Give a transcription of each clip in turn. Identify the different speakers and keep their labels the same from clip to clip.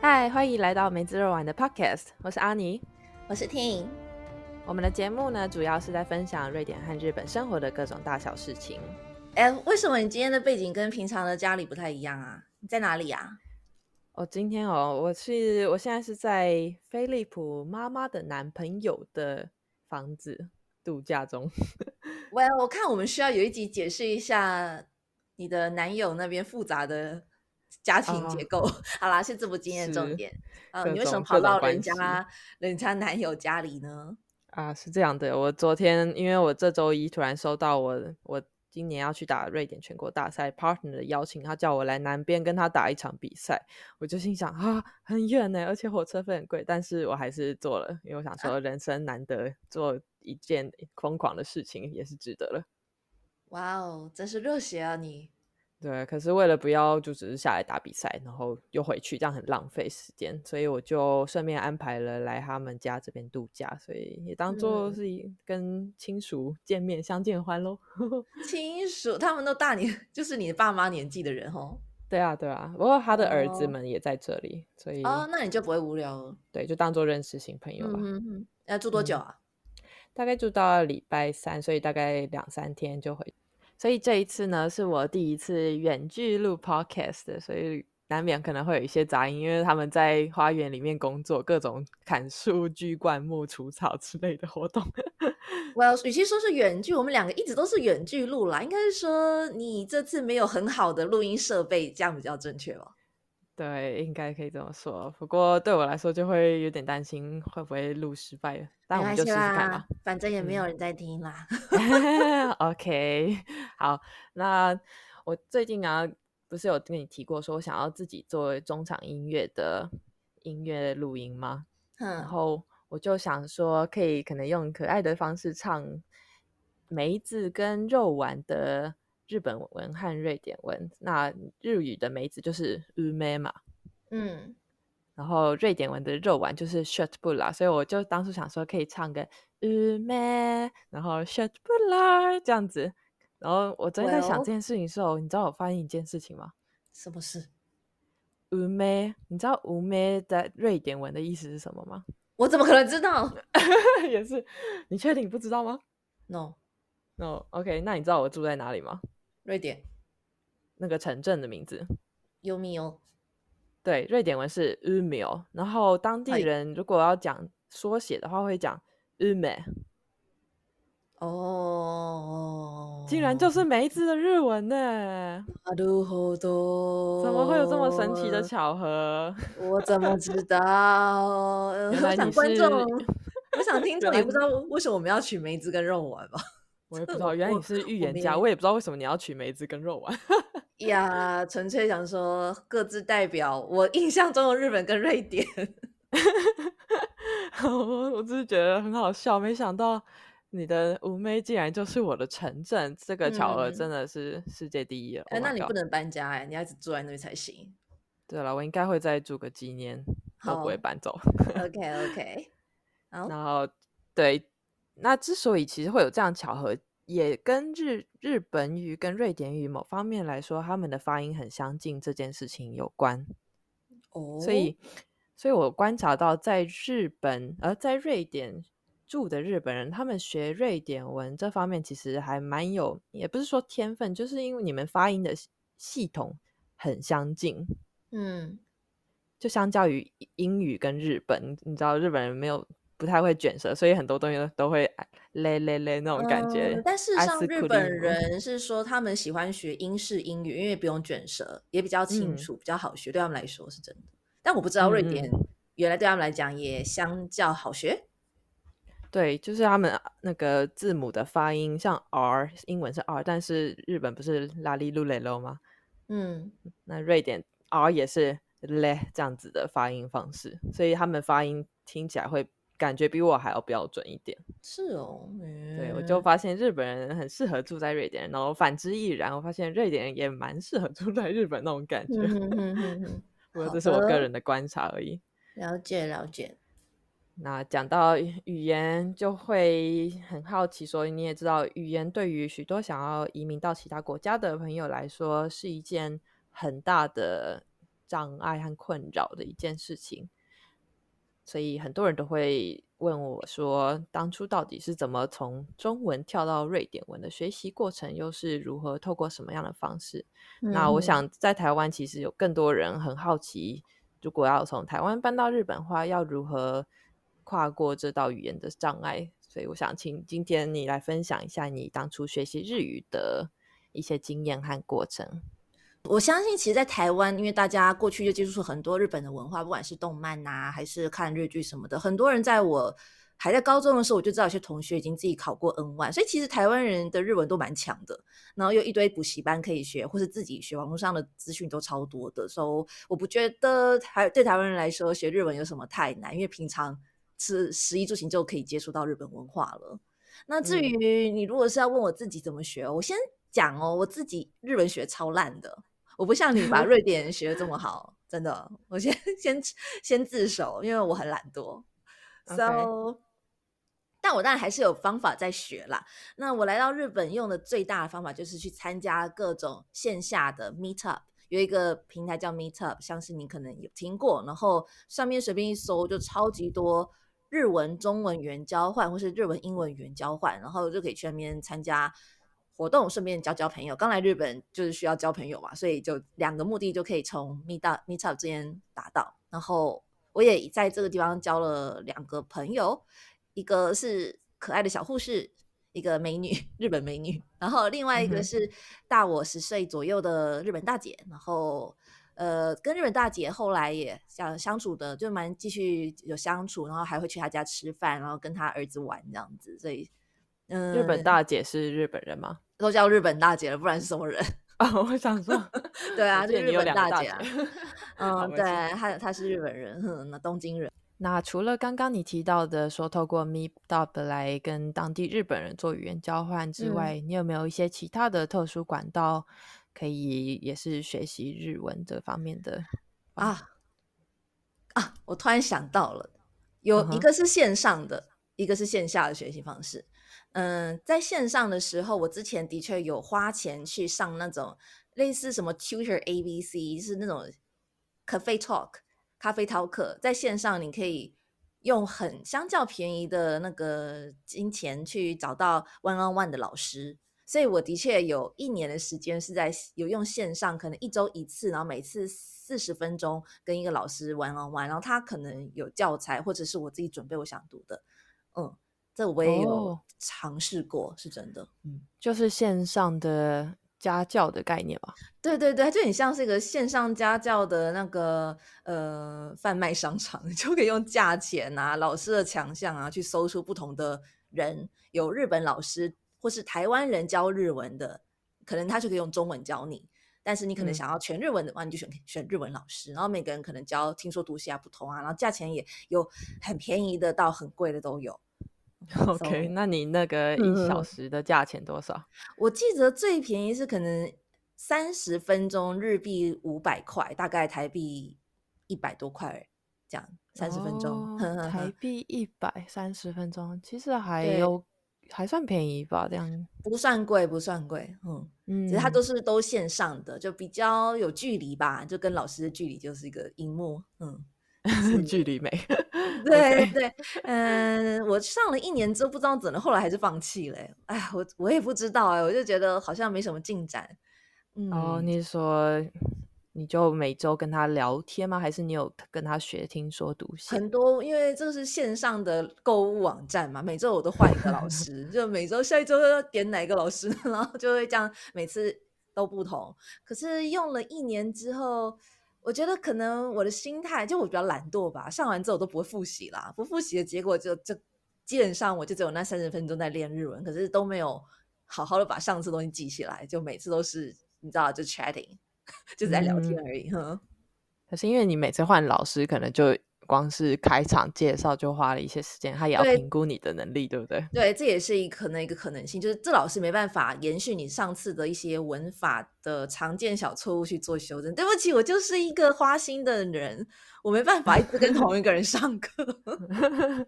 Speaker 1: 嗨，欢迎来到梅子肉丸的 Podcast，我是阿尼。
Speaker 2: 我是 Ting，
Speaker 1: 我们的节目呢，主要是在分享瑞典和日本生活的各种大小事情。
Speaker 2: 哎、为什么你今天的背景跟平常的家里不太一样啊？你在哪里啊？
Speaker 1: 哦，今天哦，我是我现在是在菲利普妈妈的男朋友的房子度假中。
Speaker 2: 喂，我看我们需要有一集解释一下你的男友那边复杂的家庭结构。好啦，哦是这部经验重
Speaker 1: 是
Speaker 2: 点。呃，
Speaker 1: 各
Speaker 2: 你为什么
Speaker 1: 种各
Speaker 2: 跑
Speaker 1: 种
Speaker 2: 到人
Speaker 1: 关系
Speaker 2: 家人家男友家里呢？
Speaker 1: 啊，是这样的，我昨天因为我这周一突然收到我我今年要去打瑞典全国大赛 partner 的邀请，他叫我来南边跟他打一场比赛，我就心想啊，很远呢，而且火车费很贵，但是我还是做了，因为我想说人生难得做一件疯狂的事情，也是值得了。
Speaker 2: 哇哦，真是热血啊你！
Speaker 1: 对，可是为了不要就只是下来打比赛，然后又回去，这样很浪费时间，所以我就顺便安排了来他们家这边度假，所以也当做
Speaker 2: 嗯
Speaker 1: 是一跟亲属见面相见欢喽。
Speaker 2: 亲属他们都大你， 就是你爸妈年纪的人哦。
Speaker 1: 对啊，对啊，不过他的儿子
Speaker 2: 哦
Speaker 1: 们也在这里，所以、
Speaker 2: 哦，那你就不会无聊了。
Speaker 1: 对，就当做认识新朋友
Speaker 2: 嗯
Speaker 1: 吧。
Speaker 2: 哼哼，要住多久
Speaker 1: 嗯
Speaker 2: 啊？
Speaker 1: 大概住到礼拜三，所以大概两三天就回。所以这一次呢，是我第一次远距录 podcast，的所以难免可能会有一些杂音，因为他们在花园里面工作，各种砍树、锯灌木、除草之类的活动。
Speaker 2: Well，与其说是远距，我们两个一直都是远距录啦，应该是说你这次没有很好的录音设备，这样比较正确吧？
Speaker 1: 对，应该可以这么说。不过对我来说，就会有点担心会不会录失败了。但
Speaker 2: 没
Speaker 1: 我们
Speaker 2: 关
Speaker 1: 就
Speaker 2: 系
Speaker 1: 试试看吧
Speaker 2: 啦。，反正也没有
Speaker 1: 嗯
Speaker 2: 人在听啦。
Speaker 1: OK，好，那我最近啊，不是有跟你提过，说我想要自己做中场音乐的音乐录音吗？然
Speaker 2: 嗯，
Speaker 1: 后我就想说，可以可能用可爱的方式唱梅子跟肉丸的日本文和瑞典文。那日语的梅子就是乌梅嘛，
Speaker 2: 嗯，
Speaker 1: 然后瑞典文的肉丸就是 s h i r t b u l a 所以我就当初想说可以唱个 u m e 然后 s h i r t b u l a 这样子。然后我昨天在想
Speaker 2: Well
Speaker 1: 这件事情的时候，你知道我发现一件事情吗
Speaker 2: 什么事？
Speaker 1: u m e 你知道 u m e 在瑞典文的意思是什么吗？
Speaker 2: 我怎么可能知道
Speaker 1: 也是，你确定你不知道吗
Speaker 2: ？No，
Speaker 1: ？No，OK，、OK，那你知道我住在哪里吗？
Speaker 2: 瑞典
Speaker 1: 那个城镇的名字，
Speaker 2: 优米哦。
Speaker 1: 对，瑞典文是 u m e 然后当地
Speaker 2: 哎
Speaker 1: 人如果要讲缩写的话，会讲 u m e
Speaker 2: 哦，
Speaker 1: 竟然就是梅子的日文呢。
Speaker 2: 阿鲁好多，
Speaker 1: 怎么会有这么神奇的？巧合？
Speaker 2: 我怎么知 道？呃
Speaker 1: 原
Speaker 2: 我
Speaker 1: 来
Speaker 2: 想
Speaker 1: 你
Speaker 2: 观
Speaker 1: 是
Speaker 2: 众，我想听众
Speaker 1: 原
Speaker 2: 也
Speaker 1: 来
Speaker 2: 不知道为什么我们要取梅子跟肉丸吧。
Speaker 1: 我也不
Speaker 2: 这
Speaker 1: 知道，
Speaker 2: 我
Speaker 1: 原来
Speaker 2: 我
Speaker 1: 你是预
Speaker 2: 我
Speaker 1: 言
Speaker 2: 没
Speaker 1: 家，我也不知道为什么你要取梅子跟肉丸。
Speaker 2: 呀，纯粹想说各自代表我印象中的日本跟瑞典。
Speaker 1: 我我只是觉得很好笑，没想到你的五妹竟然就是我的城镇，这个巧合
Speaker 2: 嗯
Speaker 1: 真的是世界第一了。
Speaker 2: 哎、
Speaker 1: Oh
Speaker 2: 那
Speaker 1: my
Speaker 2: 你不
Speaker 1: god！
Speaker 2: 能搬家哎、你要一直住在那边 才行。
Speaker 1: 对了，我应该会再住个几年，都不会
Speaker 2: 好
Speaker 1: 搬走。
Speaker 2: OK OK，好，
Speaker 1: 然后对，那之所以其实会有这样巧合，也跟日日本语跟瑞典语某方面来说，他们的发音很相近这件事情有关。
Speaker 2: 哦，
Speaker 1: 所以，所以我观察到，在日本，呃，在瑞典住的日本人，他们学瑞典文这方面其实还蛮有，也不是说天分，就是因为你们发音的系系统很相近，
Speaker 2: 嗯，
Speaker 1: 就相较于英英语跟日本，你知道日本人没有不太会卷舌，所以很多东西都都会啊嘞嘞嘞那种感觉
Speaker 2: 嗯。但事实
Speaker 1: 阿
Speaker 2: 上，
Speaker 1: 斯
Speaker 2: 日
Speaker 1: 库利
Speaker 2: 本
Speaker 1: 姆
Speaker 2: 人是说他们喜欢学英式英语，因为不用卷舌，也比较清
Speaker 1: 嗯
Speaker 2: 楚，比较好学，对他们来说是真的。但我不知道瑞
Speaker 1: 嗯嗯
Speaker 2: 典原来对他们来讲也相较好学。
Speaker 1: 对，就是他们那个字母的发音，像 R，英文是 R，但是日本不是拉里路雷喽吗？
Speaker 2: 嗯，
Speaker 1: 那瑞典 R 也是 le 这样子的发音方式，所以他们发音听起来会感觉比我还要标准一点。
Speaker 2: 是哦，
Speaker 1: 对我
Speaker 2: 嗯
Speaker 1: 就发现日本人很适合住在瑞典，然后反之亦然，我发现瑞典人也蛮适合住在日本那种感觉。
Speaker 2: 嗯哼哼哼哼，
Speaker 1: 不过
Speaker 2: 好
Speaker 1: 这是我个
Speaker 2: 的
Speaker 1: 人的观察而已。
Speaker 2: 了解了解。
Speaker 1: 那讲到语语言，就会很好奇说，你也知道，语言对于许多想要移民到其他国家的朋友来说，是一件很大的障碍和困扰的一件事情。所以很多人都会问我说，当初到底是怎么从中文跳到瑞典文的学习过程，又是如何透过什么样的方式？那
Speaker 2: 嗯
Speaker 1: 我想在台湾其实有更多人很好奇，如果要从台湾搬到日本的话，要如何跨过这道语言的障碍？所以我想请今天你来分享一下你当初学习日语的一些经验和过程。
Speaker 2: 我相信，其实，在台湾，因为大家过去就接触很多日本的文化，不管是动漫呐、还是看日剧什么的，很多人在我还在高中的时候，我就知道有些同学已经自己考过 N 1所以其实台湾人的日文都蛮强的。然后又一堆补习班可以学，或是自己学，网络上的资讯都超多的。所以我不觉得台对台湾人来说学日文有什么太难，因为平常吃食衣住行就可以接触到日本文化了。那至于你如果是要问我自己怎么学，我先讲哦，我自己日文学超烂的。我不像你把瑞典学的这么好，真的。我先先先自首，因为我很懒惰。So，
Speaker 1: OK
Speaker 2: 但我当然还是有方法在学啦。那我来到日本用的最大的方法就是去参加各种线下的 Meetup，有一个平台叫 Meetup，像是你可能有听过，然后上面随便一搜就超级多。日文、中文原交换，或是日文、英文原交换，然后就可以去那边参加活动，顺便交交朋友。刚来日本就是需要交朋友嘛，所以就两个目的就可以从 meet up meet up 之间达到。然后我也在这个地方交了两个朋友，一个是可爱的小护士，一个美女，日本美女，然后另外一
Speaker 1: 嗯
Speaker 2: 个
Speaker 1: 哼
Speaker 2: 是大我十岁左右的日本大姐，然后。呃，跟日本大姐后来也相相处的，就蛮继续有相处，然后还会去她家吃饭，然后跟她儿子玩这样子，所以，嗯，
Speaker 1: 日本大姐是日本人吗？
Speaker 2: 都叫日本大姐了，不然是什么人？，
Speaker 1: 哦，我想说
Speaker 2: 对啊，
Speaker 1: 我记
Speaker 2: 就
Speaker 1: 得
Speaker 2: 日
Speaker 1: 你有
Speaker 2: 本
Speaker 1: 两个大
Speaker 2: 姐啊。
Speaker 1: 好
Speaker 2: 嗯，
Speaker 1: 没
Speaker 2: 对，
Speaker 1: 事
Speaker 2: 她她是日本人，哼，那 东京人。
Speaker 1: 那除了刚刚你提到的说透过 Meetup 来跟当地日本人做语言交换之
Speaker 2: 嗯
Speaker 1: 外，你有没有一些其他的特殊管道可以也是学习日文这方面的方
Speaker 2: 啊啊！我突然想到了，有
Speaker 1: 嗯
Speaker 2: 一
Speaker 1: 哼
Speaker 2: 个是线上的，一个是线下的学习方式。嗯，在线上的时候，我之前的确有花钱去上那种类似什么 Tutor ABC，是那种 Cafe Talk 咖啡淘课，在线上你可以用很相较便宜的那个金钱去找到 one on one 的老师。所以我的确有一年的时间是在有用线上，可能一周一次，然后每次四十分钟跟一个老师玩玩玩，然后他可能有教材或者是我自己准备我想读的，嗯，这我也有
Speaker 1: 哦
Speaker 2: 尝试过，是真的，嗯，
Speaker 1: 就是线上的家教的概念吧？
Speaker 2: 对对对，就很像是一个线上家教的那个呃贩卖商场， 你就可以用价钱啊、老师的强项啊去搜出不同的人，有日本老师或是台湾人教日文的，可能他就可以用中文教你。但是你可能
Speaker 1: 嗯
Speaker 2: 想要全日文的话，你就选选日文老师，然后每个人可能教听说读写啊不同啊，然后价钱也有很便宜的到很贵的都有。
Speaker 1: OK，
Speaker 2: So-
Speaker 1: 那你那个一
Speaker 2: 嗯
Speaker 1: 小时的价钱多少？
Speaker 2: 我记得最便宜是可能三十分钟日币五百块，大概台币一百多块这样，三十分钟。
Speaker 1: 哦， 台币一百三十分钟，其实还有还算便宜吧？这样，
Speaker 2: 不算贵，不算贵，嗯，
Speaker 1: 嗯，
Speaker 2: 只是 它都是都线上的，就比较有距离吧，就跟老师的距离就是一个荧幕，嗯，
Speaker 1: 距离美。
Speaker 2: 对对对，嗯，我上了一年之后不知道怎的，后来还是放弃了欸，哎，我我也不知道哎，我就觉得好像没什么进展，
Speaker 1: 哦，
Speaker 2: 嗯，
Speaker 1: 你说你就每周跟他聊天吗？还是你有跟他学听说读写？
Speaker 2: 很多，因为这是线上的购物网站嘛，每周我都换一个老师，就每周下一周要点哪一个老师， 然后就会这样，每次都不同。可是用了一年之后，我觉得可能我的心态就我比较懒惰吧，上完之后我都不会复习啦，不复习的结果就就基本上我就只有那三十分钟在练日文，可是都没有好好的把上次东西记起来，就每次都是你知道就 chatting，就是 在聊天
Speaker 1: 嗯
Speaker 2: 而已，哼。
Speaker 1: 可是因为你每次换老师，可能就光是开场介绍就花了一些时间，他也要
Speaker 2: 对
Speaker 1: 评估你的能力，对不对？
Speaker 2: 对，这也是一可能一个可能性，就是这老师没办法延续你上次的一些文法的常见小错误去做修正。对不起，我就是一个花心的人，我没办法一直跟同一个人上课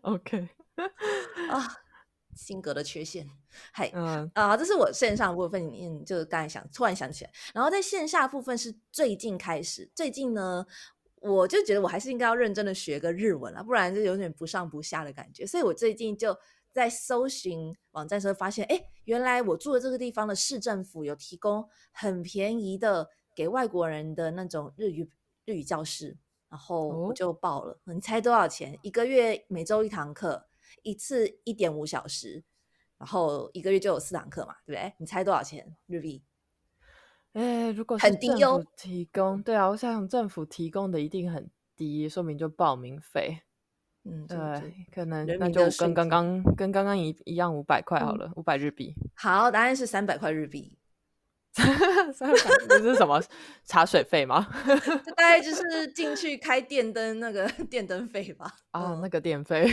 Speaker 1: OK，
Speaker 2: 啊。性格的缺陷。嗨，
Speaker 1: 嗯，
Speaker 2: 啊、这是我线上部分里面，就是刚才想突然想起来，然后在线下部分是最近开始，最近呢，我就觉得我还是应该要认真的学个日文了，不然就有点不上不下的感觉，所以我最近就。在搜寻网站时候发现，哎，原来我住的这个地方的市政府有提供很便宜的给外国人的那种日语日语教室，然后我
Speaker 1: 哦
Speaker 2: 就报了。你猜多少钱？一个月每周一堂课，一次一点五小时，然后一个月就有四堂课嘛，对不对？你猜多少钱日币？
Speaker 1: 哎，如果是
Speaker 2: 很低
Speaker 1: 政
Speaker 2: 哦
Speaker 1: 府提供，对啊，我想想政府提供的一定很低，说明就报名费，
Speaker 2: 嗯，这个就
Speaker 1: 对，可能
Speaker 2: 人
Speaker 1: 那
Speaker 2: 民
Speaker 1: 就
Speaker 2: 的数
Speaker 1: 跟刚
Speaker 2: 字
Speaker 1: 刚跟刚刚一一样五百块好
Speaker 2: 嗯
Speaker 1: 了，五百日 币，
Speaker 2: 好，答案是三百块日币，
Speaker 1: 三百 这是什么茶水费吗？
Speaker 2: 嗯这大概就是进去开电灯那个 电灯费吧。
Speaker 1: 啊，
Speaker 2: 嗯
Speaker 1: 那个电费，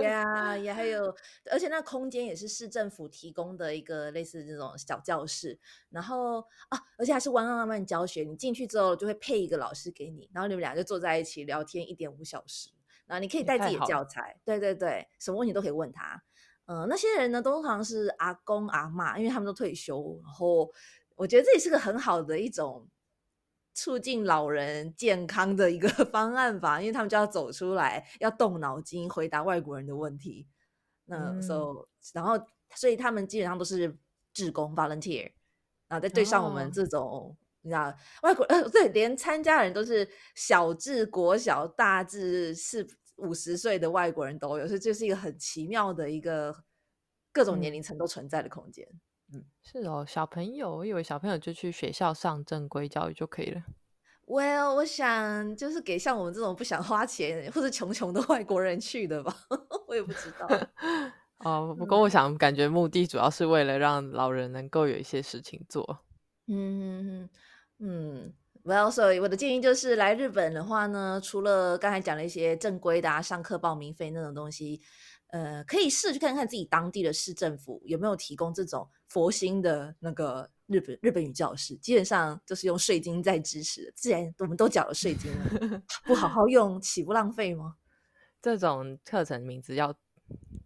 Speaker 2: 呀，也还有，而且那空间也是市政府提供的一个类似这种小教室，然后啊，而且还是 one on one 教学，你进去之后就会配一个老师给你，然后你们俩就坐在一起聊天一点五小时，然后你可以
Speaker 1: 也
Speaker 2: 带自
Speaker 1: 太
Speaker 2: 己的
Speaker 1: 好了
Speaker 2: 教材，对对对，什么问题都可以问他。嗯、那些人呢，通常是阿公阿嬷，因为他们都退休，然后我觉得这也是个很好的一种促进老人健康的一个 方案吧，因为他们就要走出来，要动脑筋回答外国人的问题。那
Speaker 1: 嗯
Speaker 2: so，然后所以他们基本上都是志工 volunteer，啊，再对上我们
Speaker 1: 哦
Speaker 2: 这种。你知道外国呃对，连参加人都是小至国小，大至四五十岁的外国人都有，所以这是一个很奇妙的一个各种年
Speaker 1: 嗯
Speaker 2: 龄层都存在的空间。
Speaker 1: 是哦，小朋友，我以为小朋友就去学校上正规教育就可以了。
Speaker 2: Well，我想就是给像我们这种不想花钱或者穷穷的外国人去的吧， 我也不知道。
Speaker 1: 哦，不过我想，感觉目的主要是为了让老人能够有一些事情做。
Speaker 2: 嗯嗯，Well，所以我的建议就是来日本的话呢，除了刚才讲了一些正规的啊，上课报名费那种东西，呃，可以试去看看自己当地的市政府有没有提供这种佛心的那个日本日本语教室，基本上就是用税金在支持的。既然我们都缴了税金 了，不好好用，岂不浪费吗？
Speaker 1: 这种课程名字要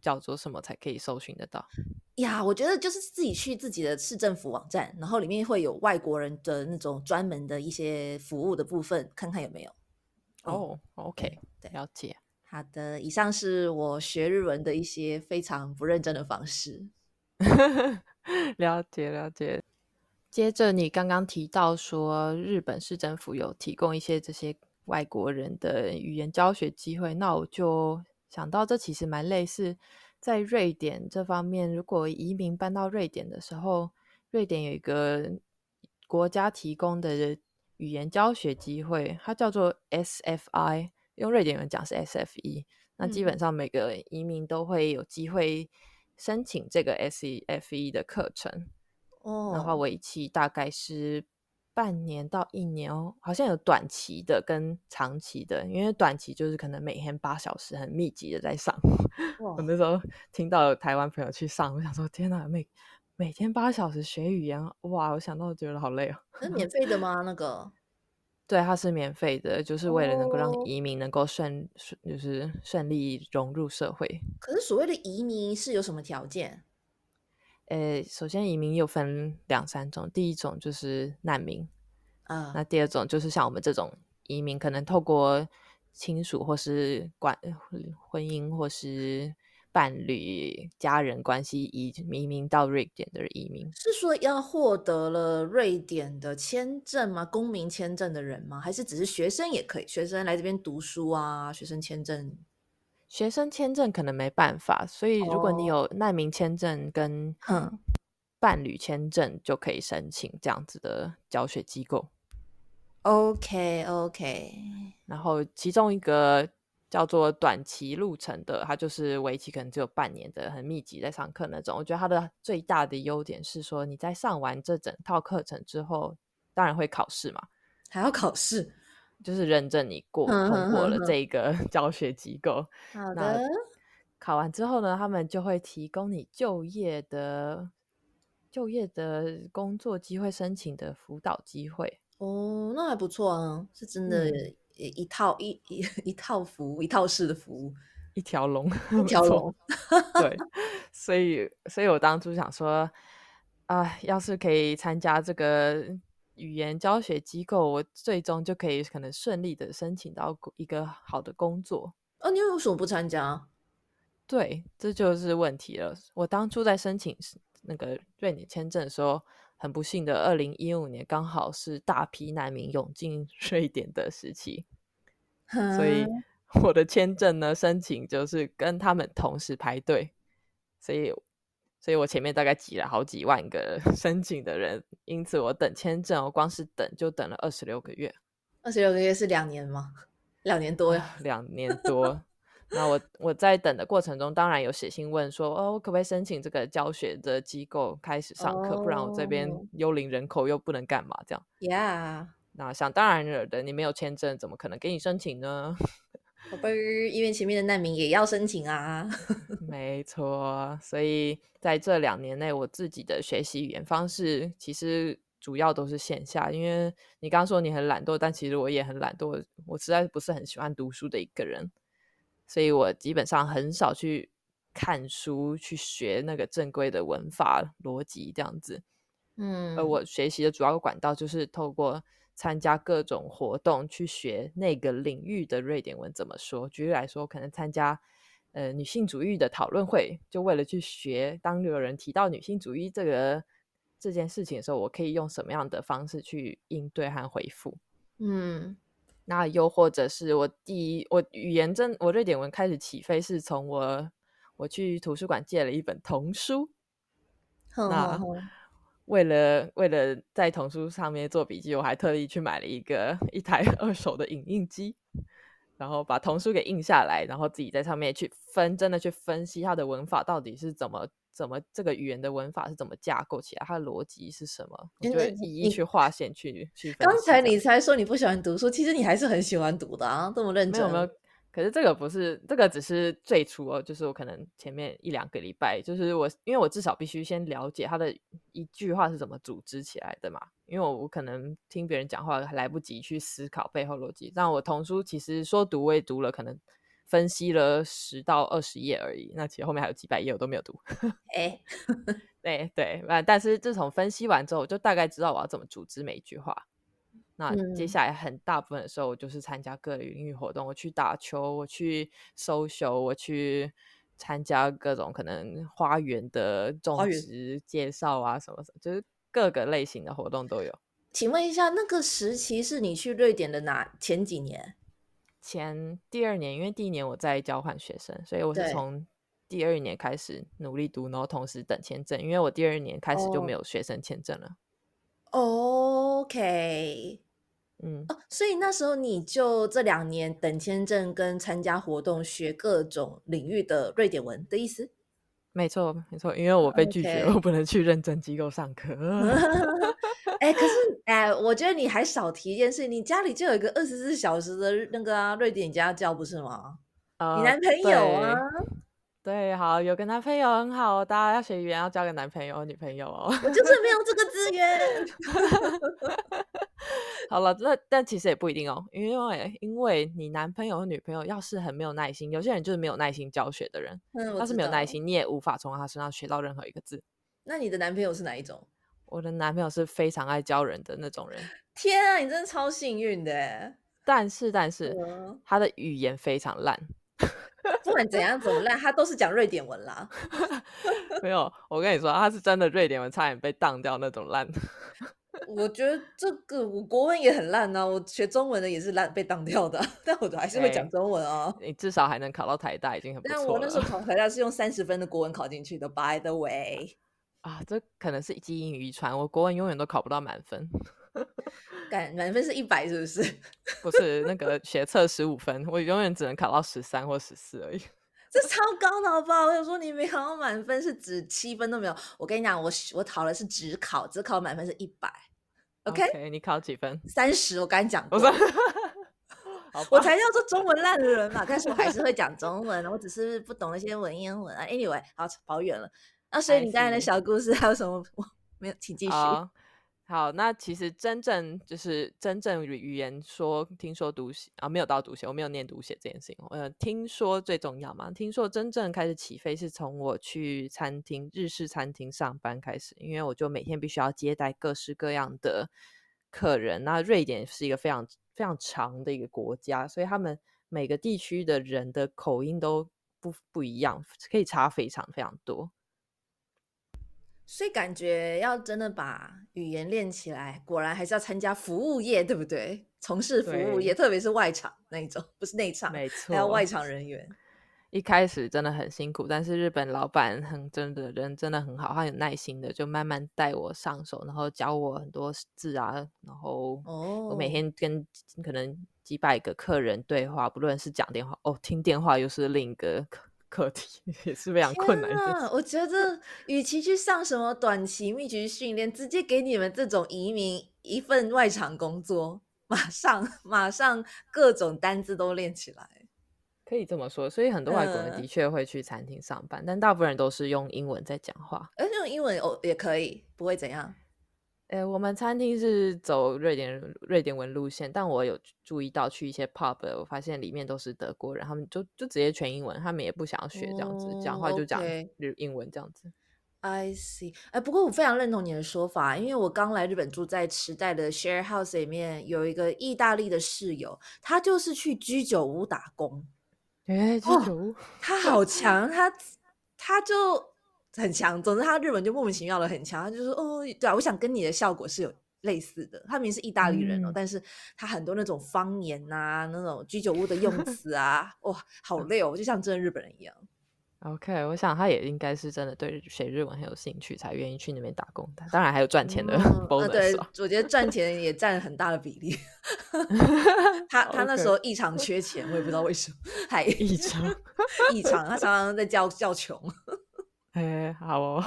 Speaker 1: 叫做什么才可以搜寻得到？
Speaker 2: 呀，我觉得就是自己去自己的市政府网站，然后里面会有外国人的那种专门的一些服务的部分，看看有没有。嗯
Speaker 1: 哦、o k
Speaker 2: 对
Speaker 1: 了解。
Speaker 2: 好的，以上是我学日文的一些非常不认真的方式。
Speaker 1: 了解了解。接着你刚刚提到说，日本市政府有提供一些这些外国人的语言教学机会，那我就想到这其实蛮类似在瑞典这方面，如果移民搬到瑞典的时候，瑞典有一个国家提供的语言教学机会，它叫做 SFI，用瑞典文讲是 SFE。那基
Speaker 2: 嗯
Speaker 1: 本上每个移民都会有机会申请这个 SEFE 的课程，
Speaker 2: 哦，
Speaker 1: 然后为期大概是半年到一年哦，好像有短期的跟长期的，因为短期就是可能每天八小时很密集的在上。
Speaker 2: 哇
Speaker 1: 我那时候听到有台湾朋友去上，我想说天哪，每每天八小时学语言，哇！我想到觉得好累哦。
Speaker 2: 那免费的吗？那个
Speaker 1: 对，它是免费的，就是为了能够让
Speaker 2: 哦
Speaker 1: 移民能够顺顺，就是顺利融入社会。
Speaker 2: 可是所谓的移民是有什么条件？
Speaker 1: 呃，首先移民又分两三种，第一种就是难民，
Speaker 2: 啊、
Speaker 1: 那第二种就是像我们这种移民，可能透过亲属或是关呃婚姻或是伴侣、家人关系移移民到瑞典的移民。
Speaker 2: 是说要获得了瑞典的签证吗？公民签证的人吗？还是只是学生也可以？学生来这边读书啊，学生签证
Speaker 1: 学生签证可能没办法，所以如果你有难民签证跟
Speaker 2: 哼
Speaker 1: 伴侣签证，就可以申请这样子的教学机构。
Speaker 2: OK OK，
Speaker 1: 然后其中一个叫做短期路程的，它就是为期可能只有半年的，很密集在上课那种。我觉得它的最大的优点是说，你在上完这整套课程之后，当然会考试嘛，
Speaker 2: 还要考试？
Speaker 1: 就是认证你过
Speaker 2: 嗯
Speaker 1: 通过
Speaker 2: 嗯
Speaker 1: 了
Speaker 2: 嗯
Speaker 1: 这一个 教学机构。
Speaker 2: 好
Speaker 1: 那
Speaker 2: 的，
Speaker 1: 考完之后呢，他们就会提供你就业的就业的工作机会申请的辅导机会。
Speaker 2: 哦，那还不错啊，是真的
Speaker 1: 嗯
Speaker 2: 一一套一一一套服务，一套式的服务。
Speaker 1: 一条龙，
Speaker 2: 一条
Speaker 1: 没错
Speaker 2: 龙。
Speaker 1: 对， 所以所以我当初想说，啊、要是可以参加这个语言教学机构，我最终就可以可能顺利的申请到一个好的工作。
Speaker 2: 哦，你为什么不参加？
Speaker 1: 对，这就是问题了。我当初在申请是那个瑞典签证的时候，很不幸的，二零一五年刚好是大批难民涌进 瑞典的时期，所以 我的签证呢申请就是跟他们同时排队，所以所以我前面大概挤了好几万个 申请的人，因此我等签证，我哦光是等就等了二十六个月，
Speaker 2: 二十六个月是两年吗？两年多呀。
Speaker 1: 两年多。那我我在等的过程中，当然有写信问说，哦，我可不可以申请这个教学的机构开始上课？不然我这边
Speaker 2: 哦
Speaker 1: 幽灵人口又不能干嘛这样。
Speaker 2: Yeah，
Speaker 1: 那想当然惹的，你没有签证，怎么可能给你申请呢？
Speaker 2: 宝贝儿，因为前面的难民也要申请啊。
Speaker 1: 没错，所以在这两年内，我自己的学习语言方式其实主要都是线下。因为你刚刚说你很懒惰，但其实我也很懒惰，我实在不是很喜欢读书的一个人，所以我基本上很少去看书去学那个正规的文法逻辑这样子。
Speaker 2: 嗯，
Speaker 1: 而呃我学习的主要管道就是透过参加各种活动去学那个领域的瑞典文怎么说。举例来说，可能参加呃女性主义的讨论会，就为了去学，当有人提到女性主义这个这件事情的时候，我可以用什么样的方式去应对和回复。
Speaker 2: 嗯
Speaker 1: 那又或者是我第一，我语言真，我瑞典文开始起飞是从我我去图书馆借了一本童书，
Speaker 2: 哼
Speaker 1: 那
Speaker 2: 哼哼
Speaker 1: 为了为了在童书上面做笔记，我还特意去买了一个一台 二手的影印机，然后把童书给印下来，然后自己在上面去分，真的去分析它的文法到底是怎么怎么这个语言的文法是怎么架构起来，它的逻辑是什么，我
Speaker 2: 诶
Speaker 1: 就
Speaker 2: 那
Speaker 1: 会
Speaker 2: 你
Speaker 1: 一
Speaker 2: 你
Speaker 1: 一去划线去去分析这样。
Speaker 2: 刚才你才说你不喜欢读书，其实你还是很喜欢读的啊，这么认
Speaker 1: 没
Speaker 2: 真。
Speaker 1: 有没有，可是这个不是，这个只是最初哦，就是我可能前面一两个礼拜，就是我因为我至少必须先了解他的一句话是怎么组织起来的嘛，因为我可能听别人讲话还来不及去思考背后逻辑。但我童书其实说读我也读了，可能分析了十到二十页而已，那其实后面还有几百页我都没有读。
Speaker 2: 哎，
Speaker 1: 对对，啊，但是自从分析完之后，我就大概知道我要怎么组织每一句话。那接
Speaker 2: 嗯
Speaker 1: 下来很大部分的时候，我就是参加各领域活动，我去打球，我去 social，我去参加各种可能花园的种
Speaker 2: 园
Speaker 1: 植介绍啊，什么什么，就是各个类型的活动都有。
Speaker 2: 请问一下，那个时期是你去瑞典的哪前几年？
Speaker 1: 前第二年，因为第一年我在交换学生，所以我是
Speaker 2: 对
Speaker 1: 从第二年开始努力读，然后同时等签证，因为我第二年开始就
Speaker 2: 哦
Speaker 1: 没有学生签证了。
Speaker 2: OK，
Speaker 1: 嗯，
Speaker 2: 哦，所以那时候你就这两年等签证跟参加活动学各种领域的瑞典文的 意思？
Speaker 1: 没错，没错，因为我被拒绝，
Speaker 2: OK
Speaker 1: 我不能去认证机构上 课。
Speaker 2: 哎，可是哎，我觉得你还少提一件事，你家里就有一个二十四小时的那个啊瑞典家教，不是吗？
Speaker 1: 呃
Speaker 2: 你男朋友啊？
Speaker 1: 对？对，好，有个男朋友很好哦，大家要学语言要交个男朋友、女朋友哦。
Speaker 2: 我就是没有这个资源。
Speaker 1: 好了，那但其实也不一定哦，因为因为你男朋友、女朋友要是很没有耐心，有些人就是没有耐心教学的人，
Speaker 2: 嗯，我
Speaker 1: 他是
Speaker 2: 知
Speaker 1: 没有耐
Speaker 2: 道。
Speaker 1: 心，你也无法从他身上学到任何一个字。
Speaker 2: 那你的男朋友是哪一种？
Speaker 1: 我的男朋友是非常爱教人的那种人，
Speaker 2: 天啊，你真的超幸运的欸。
Speaker 1: 但是但是
Speaker 2: 嗯，
Speaker 1: 他的语言非常烂，
Speaker 2: 不管怎样怎么烂，他都是讲瑞典文啦。
Speaker 1: 没有，我跟你说，他是真的瑞典文差点被当掉那种烂。
Speaker 2: 我觉得这个我国文也很烂啊，我学中文的也是烂被当掉的， 但我还是会
Speaker 1: 哎
Speaker 2: 讲中文啊。
Speaker 1: 你至少还能考到台大，已经很不
Speaker 2: 但
Speaker 1: 错
Speaker 2: 我那时候
Speaker 1: 了
Speaker 2: 考台大是用三十分的国文考进去的。By the way，
Speaker 1: 啊！这可能是基因遗传，我国文永远都考不到满分，
Speaker 2: 感满分是一百，是不是？
Speaker 1: 不是那个学测十五分，我永远只能考到十三或十四而已。
Speaker 2: 这超高的好不好？我想说你没考到满分是指七分都没有。我跟你讲，我我考的是只考，只考满分是一百。OK，
Speaker 1: 你考几分？
Speaker 2: 三十我刚才讲
Speaker 1: 我
Speaker 2: 过，
Speaker 1: 说
Speaker 2: 我，
Speaker 1: 好吧
Speaker 2: 才叫做中文烂的人嘛。但是我还是会讲中文，我只是不懂那些文言文啊。Anyway，好跑远了。那所以
Speaker 1: I
Speaker 2: 你刚才的
Speaker 1: see
Speaker 2: 小故事还有什么？我没有，请继续。
Speaker 1: 哎好，哦好，那其实真正就是真正语言说听说读写啊，没有到读写，我没有念读写这件事情。呃，听说最重要嘛，听说真正开始起飞是从我去餐厅日式餐厅上班开始，因为我就每天必须要接待各式各样的客人。那瑞典是一个非常非常长的一个国家，所以他们每个地区的人的口音都不不一样，可以差非常非常多。
Speaker 2: 所以感觉要真的把语言练起来，果然还是要参加服务业，对不对？从事服务业，特别是外场那一种，不是内场，
Speaker 1: 没错，
Speaker 2: 还有啊外场人员。
Speaker 1: 一开始真的很辛苦，但是日本老板很真的人真的很好，他有耐心的就慢慢带我上手，然后教我很多字啊，然后
Speaker 2: 哦
Speaker 1: 我每天跟可能几百个客人对话，不论是讲电话哦，听电话又是另一个。课题 也是非常困难的。
Speaker 2: 我觉 得，与其去上什么短期密集训练，直接给你们这种移民一份外场工作，马上马上各种单字都练起来。
Speaker 1: 可以这么说，所以很多外国人的确会去餐厅上班，嗯、但大部分人都是用英文在讲话。
Speaker 2: 哎，用英文哦也可以，不会怎样。
Speaker 1: 呃，我们餐厅是走瑞典瑞典文路线，但我有注意到去一些 pub，我发现里面都是德国人，他们就就直接全英文，他们也不想要学这样子，讲、oh, 话就讲日英文这样子。
Speaker 2: I see，哎、欸，不过我非常认同你的说法，因为我刚来日本住在池袋的 share house 里面，有一个意大利的室友，他就是去居酒屋打工。
Speaker 1: 哎、欸，居酒屋，哦、
Speaker 2: 他好强，他他就。很强，总之他日文就莫名其妙的很强，他就说哦，对啊，我想跟你的效果是有类似的。他明明是意大利人哦，嗯、但是他很多那种方言啊，那种居酒屋 的用词啊，哇哦，好累哦，就像真的日本人一样。
Speaker 1: OK，我想他也应该是真的对学日文很有兴趣，才愿意去那边打工的。当然还有赚钱的 bonus、嗯啊。
Speaker 2: 呃对，我觉得赚钱也占很大的比 例。他他那时候异常缺钱，我也不知道为什么，还
Speaker 1: 异常
Speaker 2: 异常，他常常在叫叫穷。
Speaker 1: 哎、欸，好哦。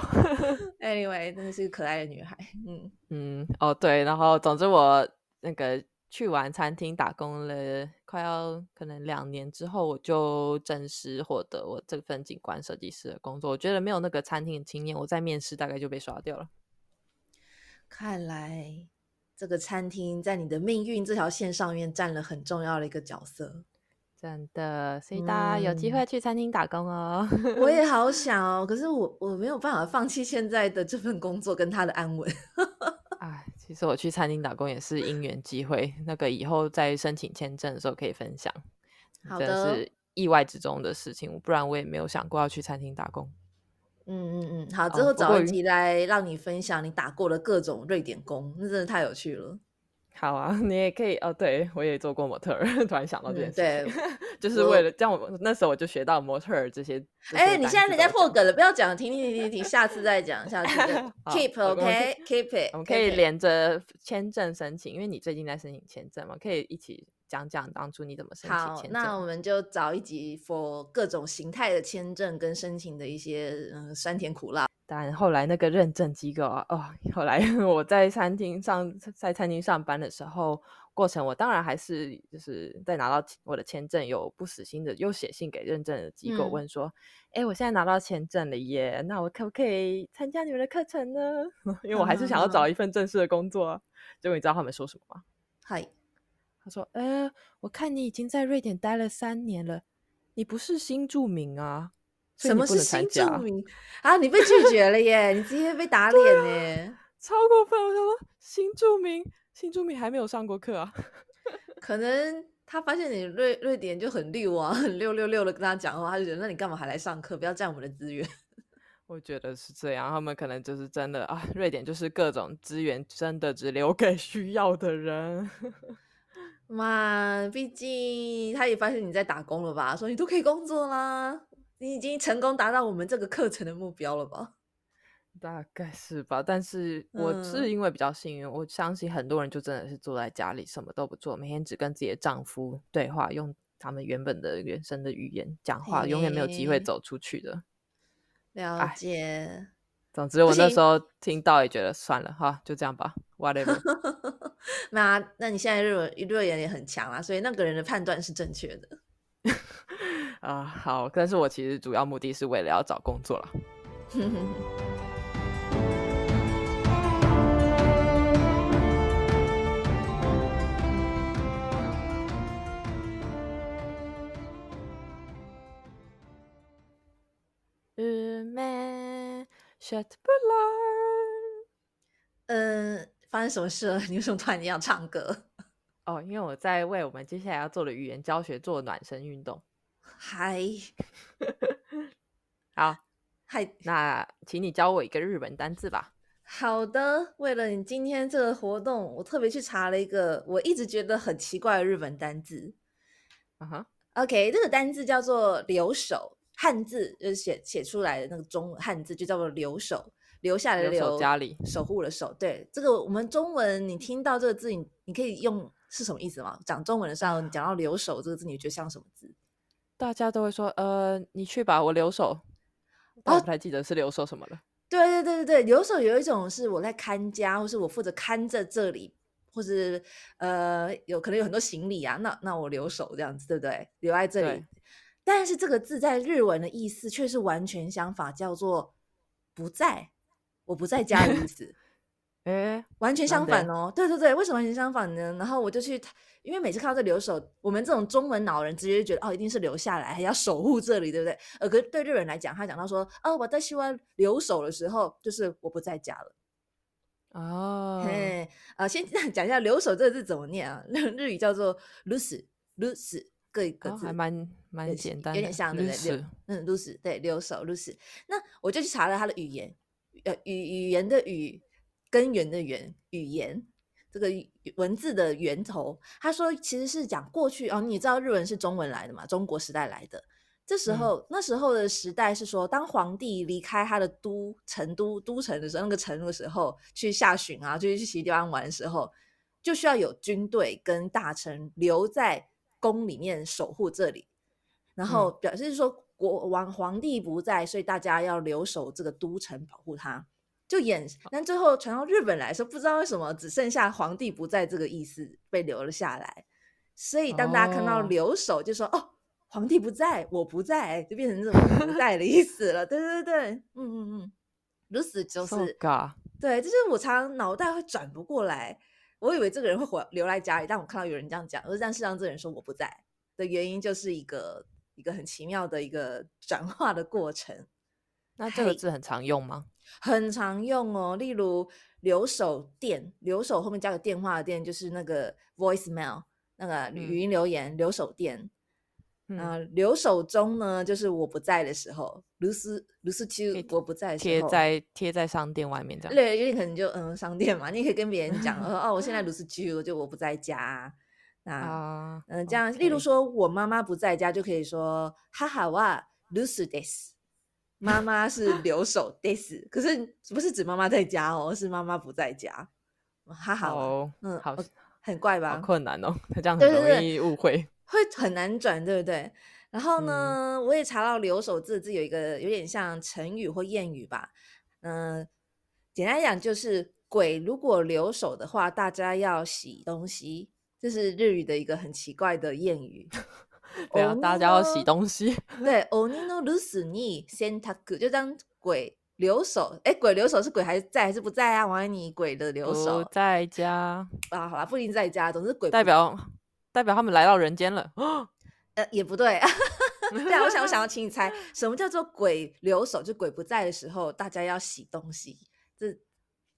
Speaker 2: anyway，真的是可爱的女孩。嗯
Speaker 1: 嗯，哦对，然后总之我那个去完餐厅打工了，快要可能两年之后，我就正式获得我这份景观设计师的工作。我觉得没有那个餐厅的经验，我在面试大概就被刷掉了。
Speaker 2: 看来这个餐厅在你的命运这条线上面占了很重要的一个角色。
Speaker 1: 真的，所以大家有机会去餐厅打工哦。
Speaker 2: 嗯、 我也好想哦，可是我我没有办法放弃现在的这份工作跟他的安稳。
Speaker 1: 哎其实我去餐厅打工也是因缘际会，那个以后在申请签证的时候可以分享。
Speaker 2: 好哦
Speaker 1: 的，是意外之中的事情，不然我也没有想过要去餐厅打工。
Speaker 2: 嗯嗯嗯，好，之后找一集来让你分享你打过的各种瑞典工，那真的太有趣了。
Speaker 1: 好啊， 你也可以哦。对我也做过模特儿， 突然想到这件
Speaker 2: 事
Speaker 1: 情，嗯、 就是为了这样我。我那时候我就学到模特儿这些。
Speaker 2: 哎、欸，你现在人家破梗了，不要讲，停停停停停，下次再讲，下次 再 keep OK keep it。
Speaker 1: 我们可以连着签证申请，因为你最近在申请签证嘛，可以一起讲讲当初你怎么申请签证。好，
Speaker 2: 那我们就找一集 for 各种形态的签证跟申请的一些嗯酸甜苦辣。
Speaker 1: 但后来那个认证机构啊，哦，后来 我在餐厅上在餐厅上班的时候，过程我当然还是就是在拿到我的签证，有不死心的又写信给认证的机构问说，哎、嗯，我现在拿到签证了耶，那我可不可以参加你们的课程呢？ 因为我还是想要
Speaker 2: 啊
Speaker 1: 找一份正式的工作、啊。结果你知道他们说什么吗？
Speaker 2: 嗨，
Speaker 1: 他说，呃，我看你已经在瑞典待了三年了，你不是新住民啊。
Speaker 2: 什么是新著名啊？你被拒绝了耶！你直接被打脸呢、
Speaker 1: 啊，超过分！我想说，新著名，新著名还没有上过课啊。
Speaker 2: 可能他发现你瑞瑞典就很绿啊，很六六六的跟他讲话，他就觉得那你干嘛还来上课？不要占我们的资源。
Speaker 1: 我觉得是这样，他们可能就是真的啊，瑞典就是各种资源真的只留给需要的人。
Speaker 2: 嘛，毕竟他也发现你在打工了吧，说你都可以工作啦。你已经成功达到我们这个课程的目标了吧？
Speaker 1: 大概是吧，但是我是因为比较幸运，嗯、我相信很多人就真的是坐在家里什么都不做，每天只跟自己的丈夫对话，用他们原本的原生的语言讲话，永远没有机会走出去的。
Speaker 2: 了解。
Speaker 1: 总之，我那时候听到也觉得算了哈，就这样吧，whatever。
Speaker 2: 那那你现在日文日言也很强啊，所以那个人的判断是正确的。
Speaker 1: 啊，好，但是我其实主要目的是为了要找工作了。 s h a t b u l a
Speaker 2: 嗯，发生什么事了？ 你为什么突然间要唱歌？
Speaker 1: 哦，因为我在为我们接下来要做的语言教学做暖身运动。
Speaker 2: 嗨
Speaker 1: 好，
Speaker 2: 嗨，
Speaker 1: 那请你教我一个日文单字吧。
Speaker 2: 好的。为了你今天这个活动，我特别去查了一个我一直觉得很奇怪的日文单字。
Speaker 1: 啊哈，
Speaker 2: OK，这个单字叫做留守，汉字就是写写出来的那个中文汉字就叫做留守，留下来的
Speaker 1: 留守家里
Speaker 2: 守护的守。对，这个我们中文你听到这个字，你你可以用是什么意思吗？讲中文的时候，你讲到留守这个字，你觉得像什么字？
Speaker 1: 大家都会说，呃，你去吧，我留守。但我不太记得是留守什么了。
Speaker 2: 对对对对对，留守有一种是我在看家，或是我负责看着这里，或是呃有可能有很多行李啊，那那我留守这样子，对不对？留在这里
Speaker 1: 对。
Speaker 2: 但是这个字在日文的意思却是完全相反，叫做不在，我不在家的意思。
Speaker 1: 诶，
Speaker 2: 完全
Speaker 1: 难
Speaker 2: 相
Speaker 1: 得
Speaker 2: 反哦，对对对，为什么完全相反呢？然后我就去，因为每次看到这留守，我们这种中文脑人直接就觉得哦，一定是留下来，还要守护这里，对不对？呃，可是对日本人来讲，他讲到说，哦，我在希望留守的时候，就是我不在家了。
Speaker 1: 哦，
Speaker 2: 嘿，呃，先 讲一下留守这个字怎么念啊？日日语叫做 lose，lose 各一个
Speaker 1: 哦
Speaker 2: 字，
Speaker 1: 还蛮蛮
Speaker 2: 对
Speaker 1: 简单的，
Speaker 2: 有点像对不对？
Speaker 1: 是
Speaker 2: 留嗯，lose 对，留守 lose。那我就去查了他的语言，呃，语语言的语，根源的源，语言这个语文字的源头，他说其实是讲过去哦，你知道日文是中文来的嘛，中国时代来的。这时
Speaker 1: 嗯
Speaker 2: 候，那时候的时代是说，当皇帝离开他的都成都都城的时候，那个城的时候去下巡啊，就是去其他地方玩的时候，就需要有军队跟大臣留在宫里面守护这里，然后表示是说国王皇帝不在，所以大家要留守这个都城保护他。就演，但最后传到日本来的时候，不知道为什么只剩下皇帝不在这个意思被留了下来。所以当大家看到
Speaker 1: 哦
Speaker 2: 留守，就说哦，皇帝不在，我不在，就变成这种不在的意思了。对对对，嗯嗯嗯，如此就
Speaker 1: So
Speaker 2: 是
Speaker 1: ga
Speaker 2: 对，就是我常常脑袋会转不过来。我以为这个人会活留在家里，但我看到有人这样讲，而但是让这个人说我不在的原因，就是一个一个很奇妙的一个转化的过程，
Speaker 1: 那这个
Speaker 2: 嘿
Speaker 1: 字很常用吗？
Speaker 2: 很常用哦。例如留守电，留守后面加个电话的电，就是那个 voicemail 那个语音留言、留守电。
Speaker 1: 嗯，
Speaker 2: 啊，留守中呢，就是我不在的时候，卢斯卢斯区
Speaker 1: 以
Speaker 2: 我不在的时
Speaker 1: 贴
Speaker 2: 候
Speaker 1: 在贴在商店外面这样。
Speaker 2: 对，有点可能就嗯商店嘛，你也可以跟别人 讲，呃哦，我现在卢斯居，我就我不在家啊，那
Speaker 1: 啊，
Speaker 2: 嗯、这样，例如
Speaker 1: OK，
Speaker 2: 说我妈妈不在家，就可以说哈哈哇卢斯 this，妈 妈是留守 this，可是不是指妈妈在家哦，是妈妈不在家，哈哈
Speaker 1: 好
Speaker 2: 哇，
Speaker 1: 哦，
Speaker 2: 嗯，
Speaker 1: 好
Speaker 2: 我很怪吧
Speaker 1: 好？困难哦， 他这样
Speaker 2: 对
Speaker 1: 很
Speaker 2: 对
Speaker 1: 容
Speaker 2: 对
Speaker 1: 易误会。。
Speaker 2: 会很难转，对不对？然后呢，我也查到“留守”这个字有一个有点像成语或谚语吧，嗯、简单来讲就是鬼如果留守的话，大家要洗东西，这是日语的一个很奇怪的谚语
Speaker 1: 对啊，大家要洗
Speaker 2: 东。
Speaker 1: 东西。
Speaker 2: 对，oni 哦 no lusu ni sentaku，就当鬼留守。哎，鬼留守是鬼还在还是不在啊？王安妮，鬼的留守
Speaker 1: 不在家，
Speaker 2: 啊，好啦，不一定在家，总之鬼
Speaker 1: 代
Speaker 2: 不
Speaker 1: 表代表他们来到人间了。
Speaker 2: 呃也不对。 对啊，我想我想要请你猜，什么叫做鬼留守？就鬼不在的时候，大家要洗东西。这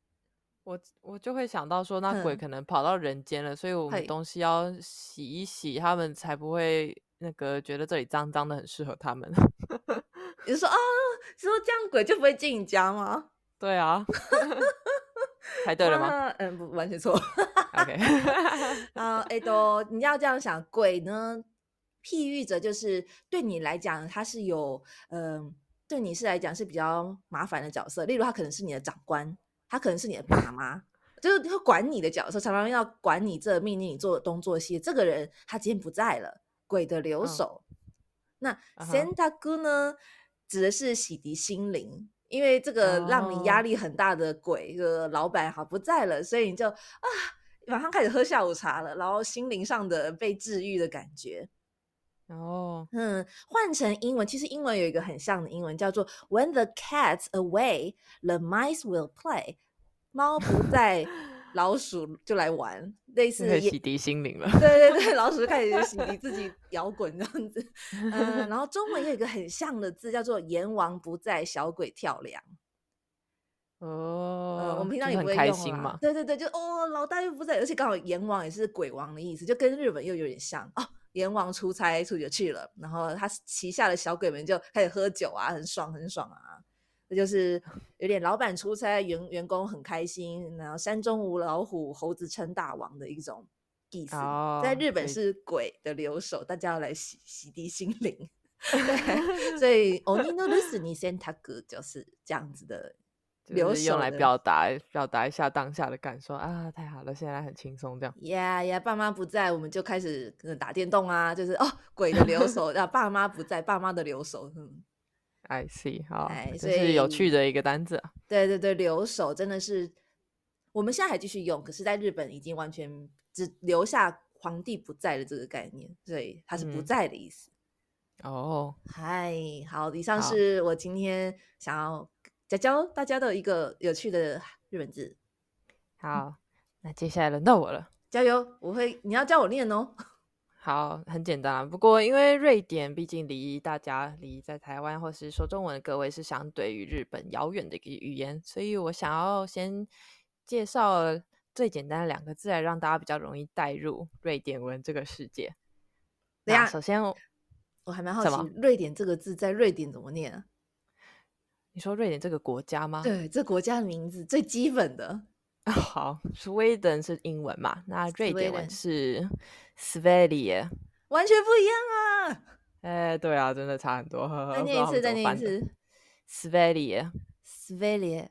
Speaker 1: 我我就会想到说，那鬼
Speaker 2: 嗯
Speaker 1: 可能跑到人间了，所以我们
Speaker 2: 嘿
Speaker 1: 东西要洗一洗，他们才不会那个觉得这里脏脏的，很适合他们。
Speaker 2: 你就说啊，说这样鬼就不会进你家吗？
Speaker 1: 对 啊，猜对了吗
Speaker 2: 啊 嗯，不，完全错。
Speaker 1: ？OK，
Speaker 2: 啊，哎都，你要这样想，鬼呢，譬喻着就是对你来讲，它是有，嗯、对你是来讲是比较麻烦的角色。例如，他可能是你的长官，他可能是你的爸妈，就是会管你的角色，常常要管你这命令你做东做西。这个人他今天不在了，鬼的留
Speaker 1: 嗯
Speaker 2: 守。那
Speaker 1: 啊哈
Speaker 2: Santa 姑呢，指的是洗涤心灵，因为这个让你压
Speaker 1: 哦
Speaker 2: 力很大的鬼，这个老板好不在了，所以你就啊，马上开始喝下午茶了，然后心灵上的被治愈的感觉。
Speaker 1: 哦，
Speaker 2: 嗯，换成英文，其实英文有一个很像的英文叫做 "When the cat's away, the mice will play"，猫不 在，老鼠就来玩，类
Speaker 1: 就
Speaker 2: 似
Speaker 1: 可以
Speaker 2: 也
Speaker 1: 洗涤心灵了。
Speaker 2: 对对对，老鼠就开始洗涤自己摇滚这样子。嗯，然后中文也有一个很像的字，叫做“阎王不在，小鬼跳梁”。
Speaker 1: 哦
Speaker 2: 呃，，我们平常
Speaker 1: 就
Speaker 2: 也
Speaker 1: 是
Speaker 2: 不会
Speaker 1: 很开
Speaker 2: 用啦
Speaker 1: 心嘛。
Speaker 2: 对对对，就哦，老大又不在，而且刚好阎王也是鬼王的意思，就跟日本又有点像哦。阎王出差出去去了，然后他旗下的小鬼们就开始喝酒啊，很爽很爽啊。这就是有点老板出差，员员工很开心，然后山中无老虎，猴子称大王的一种意思。在
Speaker 1: 哦
Speaker 2: 日本
Speaker 1: 所以
Speaker 2: 是鬼的留守，大家要来洗洗涤心灵。 对，所以 oni no rusu ni s e n t a k 就是这样子的
Speaker 1: 就
Speaker 2: 留
Speaker 1: 是用
Speaker 2: 守
Speaker 1: 来
Speaker 2: 的
Speaker 1: 表达表达一下当下的感受啊，太好了，现在很轻松这样。
Speaker 2: 呀呀，爸妈不在，我们就开始呃打电动啊，就是哦，鬼的留守，啊，爸妈不在，爸妈的留守，嗯，
Speaker 1: I see，好
Speaker 2: 哎，
Speaker 1: 这
Speaker 2: 所
Speaker 1: 是有趣
Speaker 2: 以
Speaker 1: 的一个单字啊。
Speaker 2: 对对对，留守真的是，我们现在还继续用，可是在日本已经完全只留下皇帝不在的这个概念，所以它是不
Speaker 1: 嗯
Speaker 2: 在的意思。
Speaker 1: 哦，
Speaker 2: 嗨，好，以上
Speaker 1: 好
Speaker 2: 是我今天想要教教大家的一个有趣的日本字，
Speaker 1: 好，那接下来轮到我了。
Speaker 2: 加油！我会，你要教我念哦。
Speaker 1: 好，很简单啊。不过因为瑞典毕竟离大家离在台湾或是说中文的各位是相对于日本遥远的一个语言，所以我想要先介绍最简单的两个字来让大家比较容易带入瑞典文这个世界。
Speaker 2: 等
Speaker 1: 那
Speaker 2: 下
Speaker 1: 首先我
Speaker 2: 我还蛮好
Speaker 1: 什么
Speaker 2: 奇，瑞典这个字在瑞典怎么念啊？
Speaker 1: 你说瑞典这个国家吗？
Speaker 2: 对，这国家的名字最基本的，
Speaker 1: 好，Sweden 是英文嘛？那瑞典文
Speaker 2: Sweden
Speaker 1: 是 Sverige。
Speaker 2: 完全不一样 啊！
Speaker 1: 哎，对啊，真的差很多。
Speaker 2: 再
Speaker 1: 不知道他们怎
Speaker 2: 念一次，再
Speaker 1: 么
Speaker 2: 念一
Speaker 1: 翻的
Speaker 2: 次。
Speaker 1: ，Sverige。
Speaker 2: s v e l i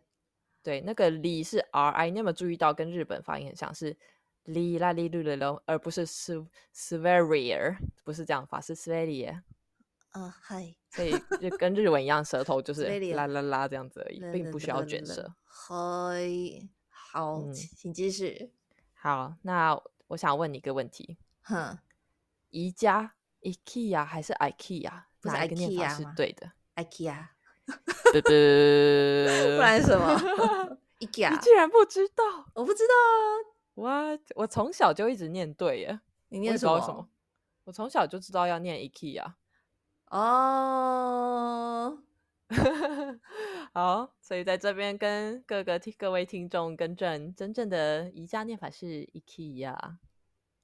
Speaker 1: 对，那个里是 R I，你有没有注意到跟日本发音很像，是里啦里噜的喽，而不是 s s v e r i e 不是这样发，是 s v e r i e
Speaker 2: 啊，嗨，
Speaker 1: 所以就跟日文一样，舌头就是
Speaker 2: Sverige
Speaker 1: 啦啦啦这样子而已，
Speaker 2: 啦
Speaker 1: 并
Speaker 2: 啦
Speaker 1: 不需
Speaker 2: 啦
Speaker 1: 要
Speaker 2: 啦
Speaker 1: 卷
Speaker 2: 啦
Speaker 1: 舌。。
Speaker 2: 嗨，好，
Speaker 1: 嗯
Speaker 2: 请请继续。
Speaker 1: 好，那我想问你一个问题：
Speaker 2: 哼
Speaker 1: 宜家 IKEA 还是 IKEA？
Speaker 2: 不是
Speaker 1: 哪一个念法
Speaker 2: IKEA
Speaker 1: 是
Speaker 2: 吗
Speaker 1: 对的？
Speaker 2: ，IKEA，
Speaker 1: 不
Speaker 2: 不
Speaker 1: 不
Speaker 2: 然是什 么
Speaker 1: 你
Speaker 2: ？IKEA，
Speaker 1: 竟然不知道
Speaker 2: 我不知道啊。
Speaker 1: 我我从小就一直念对耶，
Speaker 2: 你
Speaker 1: 我也
Speaker 2: 念
Speaker 1: 不知
Speaker 2: 什
Speaker 1: 道为什
Speaker 2: 么
Speaker 1: 么？，我从小就知道要念 IKEA。
Speaker 2: 哦，
Speaker 1: 好，所以在这边跟各个听各位听众更正，真正的宜家念法是 IKEA。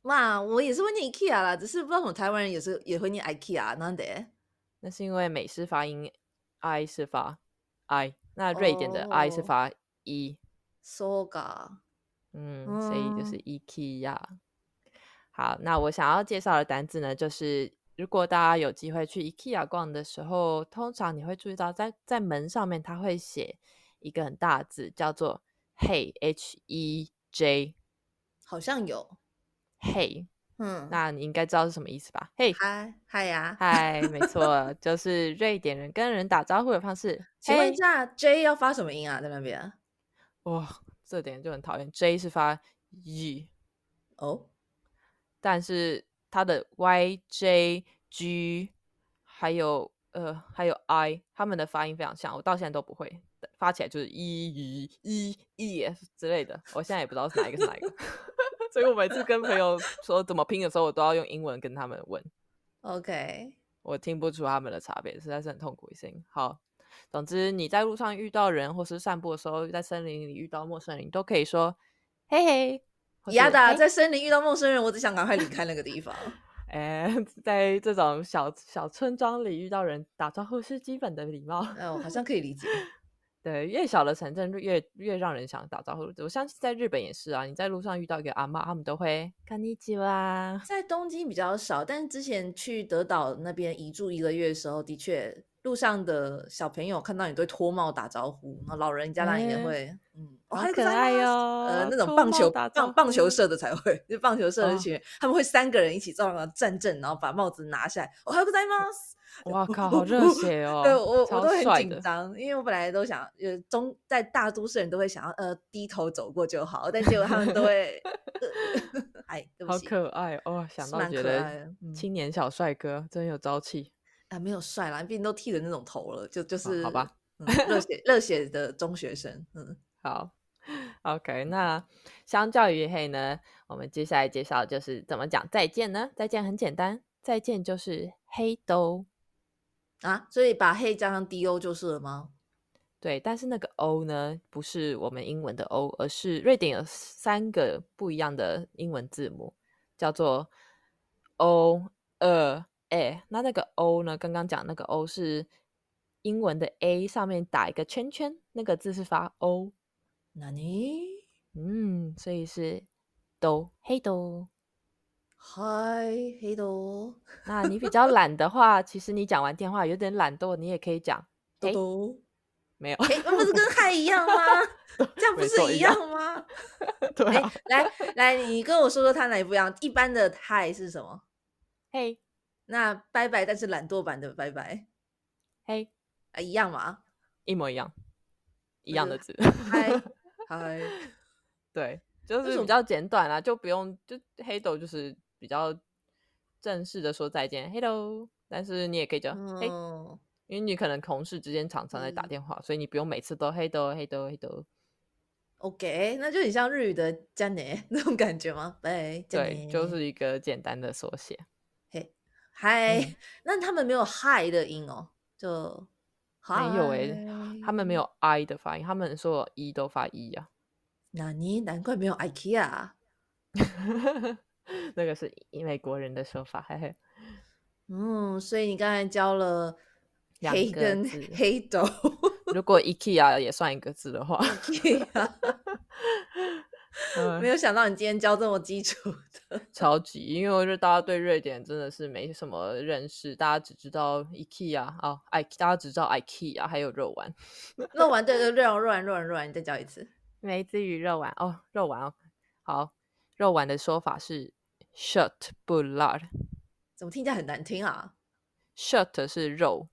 Speaker 2: 哇，我也是会念 IKEA 啦，只是不知道为什么台湾人也是也会念 IKEA，なんで？
Speaker 1: 那是因为美式发音 i 是发 i，那瑞典的 i 是
Speaker 2: 哦
Speaker 1: 发 e，、
Speaker 2: そうか。
Speaker 1: 嗯，所以就是
Speaker 2: 嗯
Speaker 1: IKEA。好，那我想要介绍的单字呢，就是如果大家有机会去 IKEA 逛的时候，通常你会注意到在在门上面它会写一个很大的字，叫做 Hey H E J
Speaker 2: 好像有，
Speaker 1: Hey。
Speaker 2: 嗯，
Speaker 1: 那你应该知道是什么意思吧？ 嘿，
Speaker 2: 嗨嗨呀，
Speaker 1: 嗨，没错，就是瑞典人跟人打招呼的方式。
Speaker 2: 请问一
Speaker 1: 嘿，
Speaker 2: 下，J 要发什么音啊？在那边？
Speaker 1: 哇，这点就很讨厌。J 是发 y，
Speaker 2: 哦，
Speaker 1: 但是它的 y、j、g，还有呃还有 i，他们的发音非常像，我到现在都不会，发起来就是 e、e、e、f 之类的，我现在也不知道是哪一个是哪一个。 所以我每次跟朋友说怎么拼的时候，我都要用英文跟他们问。
Speaker 2: OK，
Speaker 1: 我听不出他们的差别，实在是很痛苦一心。好，总之你在路上遇到人，或是散步的时候，在森林里遇到陌生人，你都可以说“嘿嘿”或是。
Speaker 2: 亚达
Speaker 1: 嘿
Speaker 2: 啊在森林遇到陌生人，我只想赶快离开那个地方。
Speaker 1: 哎、 在这种小小村庄里遇到人打招呼是基本的礼貌。
Speaker 2: 哎，我好像可以理解。
Speaker 1: 对，越小的城镇越越让人想打招呼。我相信在日本也是啊，你在路上遇到一个阿嬷，他们都会“干你几哇
Speaker 2: 在东京比较少，但是之前去德岛那边移住一个月的时候，的确路上的小朋友看到你都会脱帽打招呼，然后老人家当然也
Speaker 1: 哎
Speaker 2: 会，嗯，哦
Speaker 1: 好
Speaker 2: 嗨
Speaker 1: 可
Speaker 2: ござい
Speaker 1: 爱
Speaker 2: ます
Speaker 1: 哟
Speaker 2: 呃，那种
Speaker 1: 脱
Speaker 2: 棒
Speaker 1: 帽
Speaker 2: 球
Speaker 1: 打
Speaker 2: 棒
Speaker 1: 招
Speaker 2: 棒球
Speaker 1: 呼
Speaker 2: 社的才会，就棒球社的
Speaker 1: 哦
Speaker 2: 群，他们会三个人一起照样站正，然后把帽子拿下来，哦嗨ございます。”
Speaker 1: 哇靠，好热血哦！
Speaker 2: 对我我
Speaker 1: 超
Speaker 2: 都很
Speaker 1: 帅
Speaker 2: 紧
Speaker 1: 的
Speaker 2: 张，因为我本来都想，呃，中在大都市人都会想要呃低头走过就好，但结果他们都会， 呃、哎，对不
Speaker 1: 好
Speaker 2: 起，
Speaker 1: 可爱哦！想
Speaker 2: 是
Speaker 1: 到
Speaker 2: 蛮
Speaker 1: 觉
Speaker 2: 可爱
Speaker 1: 得
Speaker 2: 的嗯
Speaker 1: 青年小帅哥真有朝气。
Speaker 2: 啊，没有帅啦，毕竟都剃了那种头了，就就
Speaker 1: 哦好
Speaker 2: 是、
Speaker 1: 吧
Speaker 2: 嗯，热血热血的中学生，嗯，
Speaker 1: 好，OK，那相较于嘿呢，我们接下来介绍就是怎么讲再见呢？再见很简单，再见就是黑兜。
Speaker 2: 哦啊，所以把黑加上 D O 就是了吗？
Speaker 1: 对，但是那个 O 呢，不是我们英文的 O，而是瑞典有三个不一样的英文字母，叫做 O、呃、A。那那个 O 呢，刚刚讲那个 O 是英文的 A 上面打一个圈圈，那个字是发 O。
Speaker 2: 那你
Speaker 1: 嗯，所以是 Do 黑 Do。
Speaker 2: 嗨黑豆哦
Speaker 1: 那你比较懒的话，其实你讲完电话有点懒惰，你也可以讲
Speaker 2: 豆
Speaker 1: 嘿
Speaker 2: 豆，
Speaker 1: 没有，
Speaker 2: 哎、不是跟嗨一样吗？这样不
Speaker 1: 没
Speaker 2: 是
Speaker 1: 错
Speaker 2: 一
Speaker 1: 一样
Speaker 2: 样吗？
Speaker 1: 对
Speaker 2: 哎、
Speaker 1: 啊，
Speaker 2: 来来，你跟我说说它哪里不一样？一般的嗨是什么？
Speaker 1: 嘿
Speaker 2: 那拜拜，但是懒惰版的拜拜
Speaker 1: 嘿，
Speaker 2: 啊，一样嘛？
Speaker 1: 一模一样，一
Speaker 2: 那
Speaker 1: 样
Speaker 2: 就
Speaker 1: 的
Speaker 2: 是啊
Speaker 1: 字。
Speaker 2: 嗨嗨，
Speaker 1: 对，就
Speaker 2: 为什
Speaker 1: 是
Speaker 2: 么
Speaker 1: 比较简短啦，就不用就黑豆就是比较正式的说再见，hello。但是你也可以叫嘿，
Speaker 2: 嗯，
Speaker 1: 因为你可能同事之间常常在打
Speaker 2: 嗯
Speaker 1: 电话，所以你不用每次都黑豆黑豆黑豆。
Speaker 2: OK，那就很像日语的“加呢”那种感觉吗？拜，加
Speaker 1: 对，就
Speaker 2: 呢
Speaker 1: 是一个简单的缩写。
Speaker 2: 嘿嗨、
Speaker 1: 嗯
Speaker 2: 那他们没有嗨的音哦，就嗨。
Speaker 1: 没有诶、他们没有 i 的发音，他们所有 e 都发 e 啊。
Speaker 2: 那你难怪没有 IKEA。
Speaker 1: 那个是美国人的说法，嘿嘿。
Speaker 2: 嗯，所以你刚才教了
Speaker 1: 两
Speaker 2: 黑
Speaker 1: 个
Speaker 2: 跟
Speaker 1: 字
Speaker 2: 黑 豆
Speaker 1: 如果 IKEA 也算一个字的话，
Speaker 2: IKEA，
Speaker 1: 嗯，
Speaker 2: 没有想到你今天教这么基础的。
Speaker 1: 超级，因为我觉得大家对瑞典真的是没什么认识，大家只知道 IKEA 啊、i 大家只知道 IKEA 还有肉丸，
Speaker 2: 肉丸，对对，肉丸，肉丸，肉丸，肉丸，你再教一次。
Speaker 1: 梅子与肉丸哦，肉丸哦，好，肉丸的说法是 shut bular。
Speaker 2: 怎么听起来很难听啊
Speaker 1: Shut 是 肉，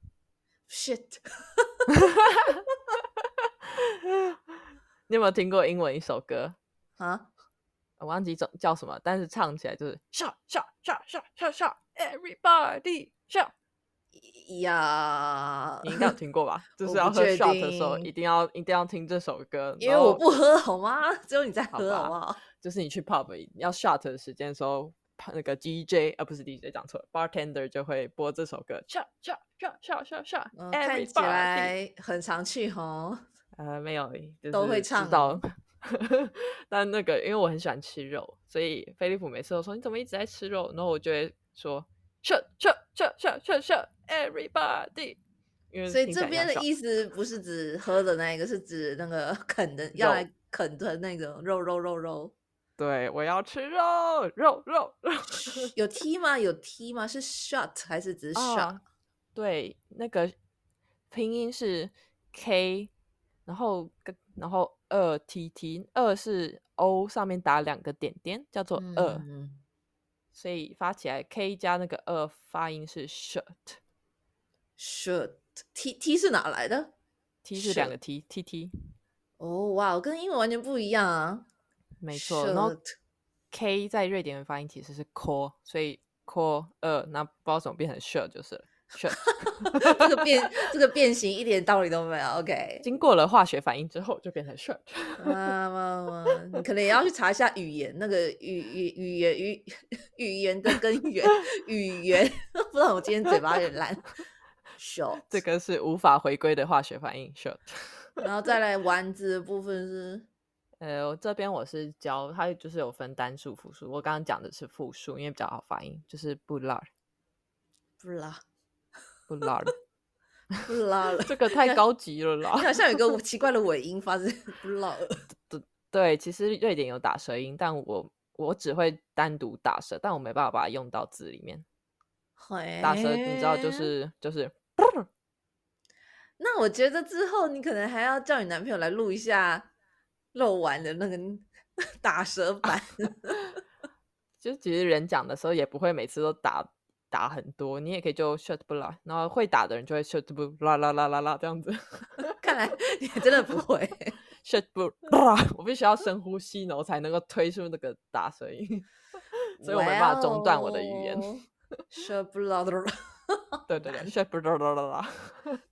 Speaker 2: ？Shit，
Speaker 1: 你有没有听过英文一首歌？
Speaker 2: 啊，
Speaker 1: 我忘记叫叫什么，但是唱起来就是 shut shut shut shut shut shut everybody shut。
Speaker 2: 呀
Speaker 1: 你，应该有听过吧？就
Speaker 2: 我
Speaker 1: 是
Speaker 2: 不
Speaker 1: 要喝
Speaker 2: 确
Speaker 1: shot 的时候，一
Speaker 2: 定
Speaker 1: 定要一定要听这首歌，
Speaker 2: 因为
Speaker 1: 然
Speaker 2: 我
Speaker 1: 后
Speaker 2: 不喝好吗？ 只有你在
Speaker 1: 哦好
Speaker 2: 喝好不
Speaker 1: 吧
Speaker 2: 好？
Speaker 1: 就是你去 pub 要 shot 的时间的时候，啪那个 DJ 啊不是 DJ 讲错了，bartender 就会播这首歌，shot shot shot shot shot shot
Speaker 2: 嗯，看起
Speaker 1: everybody。
Speaker 2: 来很常去哦吼。
Speaker 1: 呃，没有，就
Speaker 2: 都会
Speaker 1: 是
Speaker 2: 唱
Speaker 1: 知道。 但那个，因为我很喜欢吃肉，所以菲利普每次都说你怎么一直在吃肉，然后我就会说 shut shut shut shut shut shut everybody，因为
Speaker 2: 所以
Speaker 1: 听起
Speaker 2: 这
Speaker 1: 来很像
Speaker 2: 边的
Speaker 1: shot
Speaker 2: 意思不是指喝的那一个，是指那个啃的，要
Speaker 1: 肉
Speaker 2: 来啃的那个肉肉肉 肉。
Speaker 1: 对，我要吃肉肉肉肉
Speaker 2: 有 T 吗？有 T 吗？是 shut 还是只是 shut？、
Speaker 1: 啊！对，那个拼音是 K，然后跟然后二 T T，二是 O 上面打两个点点，叫做二、
Speaker 2: 嗯，
Speaker 1: 所以发起来 K 加那个二发音是 shirt，T
Speaker 2: ，shut T T 是哪来的？
Speaker 1: 是两
Speaker 2: Shirt
Speaker 1: 个 T，T T，
Speaker 2: 哦，哇，跟英文完全不一样啊。
Speaker 1: 没错。然后
Speaker 2: Shirt
Speaker 1: K 在瑞典的发音其实是 core，所以 core 二，那不知道怎么变成 shirt 就是了 shirt。
Speaker 2: 这个变这个变形一点道理都没有。OK，
Speaker 1: 经过了化学反应之后就变成 shirt。
Speaker 2: 啊哇哇哇！你可能也要去查一下语言，那个语语语言语语言的根源，语言 不然我今天嘴巴有点烂。short，
Speaker 1: 这个是无法回归的化学反应 shirt。
Speaker 2: 然后再来丸子的部分是
Speaker 1: 呃，我这边我是教它就是有分单数、复数。我刚刚讲的是复数，因为比较好发音，就是 bular
Speaker 2: 不啦
Speaker 1: bular，
Speaker 2: 不啦了。
Speaker 1: 这个太高级了啦。
Speaker 2: 你 好像有一个奇怪的尾音发自不知道
Speaker 1: 对，其实瑞典有打舌音，但我我只会单独打舌，但我没办法把它用到字里面。打舌你知道就。
Speaker 2: 嘿
Speaker 1: 是就是，
Speaker 2: 那我觉得之后你可能还要叫你男朋友来录一下肉丸的那个 打舌版。
Speaker 1: 就其实人讲的时候也不会每次都打打很多，你也可以就 shut 不啦，然后会打的人就会 shut 不啦啦啦啦啦这样子
Speaker 2: 看来你还真的不会。
Speaker 1: shut 不啦，我必须要深呼吸，然后才能够推出那个打舌音， 所以我没办法中断我的语言。
Speaker 2: Well，舌哦不啦啦啦哦
Speaker 1: 对对对，shut 不啦啦啦 啦，
Speaker 2: 啦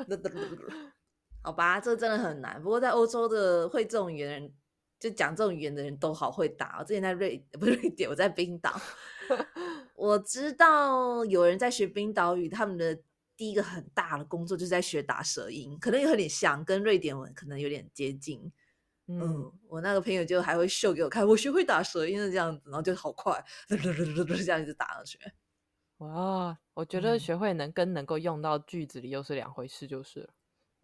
Speaker 2: 啦啦 好吧，这真的很难。不过在欧洲的会这种语言的人，就讲这种语言的人都好会打。我哦之前在瑞 不是瑞典，我在冰岛，我知道有人在学冰岛语，他们的第一个很大的工作就是在学打舌音，可能有点像，跟瑞典文可能有点接近。
Speaker 1: 嗯，
Speaker 2: 嗯，我那个朋友就还会秀给我看，我学会打舌音了这样子，然后就好快， 这样子打上去。
Speaker 1: 哇，我觉得
Speaker 2: 嗯
Speaker 1: 学会能跟能够用到句子里又是两回事，就是了。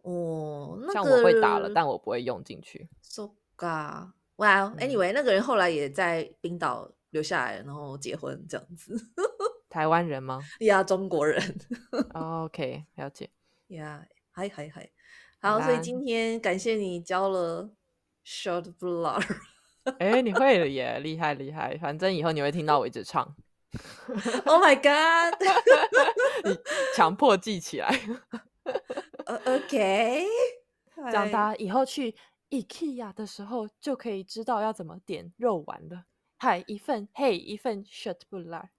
Speaker 2: 哦，那个
Speaker 1: 像我会打了，但我不会用进去。
Speaker 2: so ga。哇、w
Speaker 1: 嗯
Speaker 2: a n y w a y 那个人后来也在冰岛留下来，然后结婚这样子。
Speaker 1: 台湾人吗
Speaker 2: 呀，中国人。
Speaker 1: 哦？OK，了解。
Speaker 2: 呀，嗨嗨嗨，
Speaker 1: 好
Speaker 2: 好，所以
Speaker 1: 啦
Speaker 2: 今天感谢你教了 short blur。
Speaker 1: 哎，你会了耶，厉害厉害！反正以后你会听到我一直唱，
Speaker 2: oh my god！
Speaker 1: 强迫记起来，
Speaker 2: 呃，OK，
Speaker 1: 这样
Speaker 2: 嗨
Speaker 1: 大家以后去 IKEA 的时候就可以知道要怎么点肉丸了。嗨，一份，嘿，一份 s h i r t b u l a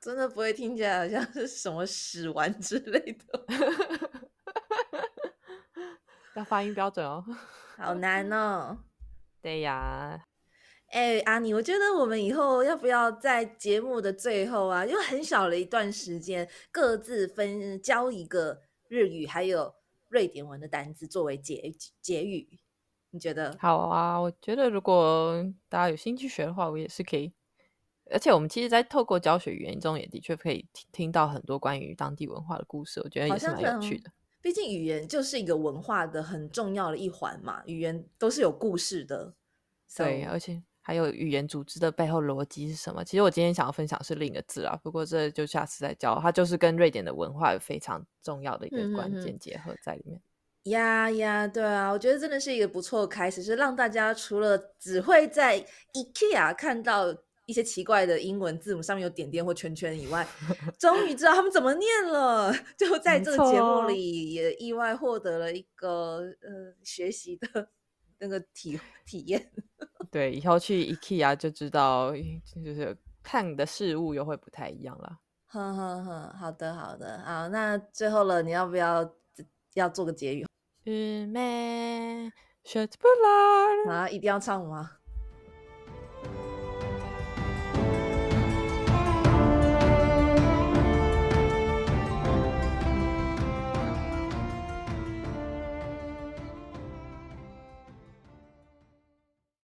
Speaker 2: 真的不会听起来好像是什么屎丸之类的，
Speaker 1: 要发音标准哦。
Speaker 2: 好难哦。
Speaker 1: 对呀，
Speaker 2: 哎、阿尼，我觉得我们以后要不要在节目的最后啊，因为很少了一段时间，各自分教一个日语还有瑞典文的单词作为结结语，你觉得？
Speaker 1: 好啊，我觉得如果大家有兴趣学的话，我也是可以。而且我们其实，在透过教学语言中，也的确可以听听到很多关于当地文化的故事，我觉得
Speaker 2: 好
Speaker 1: 也是
Speaker 2: 像
Speaker 1: 蛮
Speaker 2: 是
Speaker 1: 有趣
Speaker 2: 哦
Speaker 1: 的。
Speaker 2: 毕竟语言就是一个文化的很重要的一环嘛，语言都是有故事的。
Speaker 1: 对，
Speaker 2: So，
Speaker 1: 而且还有语言组织的背后逻辑是什么？其实我今天想要分享是另一个字啊，不过这就下次再教。它就是跟瑞典的文化有非常重要的一个
Speaker 2: 嗯
Speaker 1: 关
Speaker 2: 嗯嗯
Speaker 1: 键结合在里面。
Speaker 2: 呀呀，对啊，我觉得真的是一个不错的开始，是让大家除了只会在 IKEA 看到一些奇怪的英文字母上面有点点或圈圈以外，终于知道他们怎么念了。就在
Speaker 1: 没
Speaker 2: 这个节
Speaker 1: 错
Speaker 2: 目里，也意外获得了一个呃学习的那个体体验。
Speaker 1: 对，以后去 IKEA 就知道，就是看的事物又会不太一样了。
Speaker 2: 哼哼哼，好的好的，好，那最后了，你要不要 要做个结语
Speaker 1: 日妹雪不啦。
Speaker 2: 啊？一定要唱吗？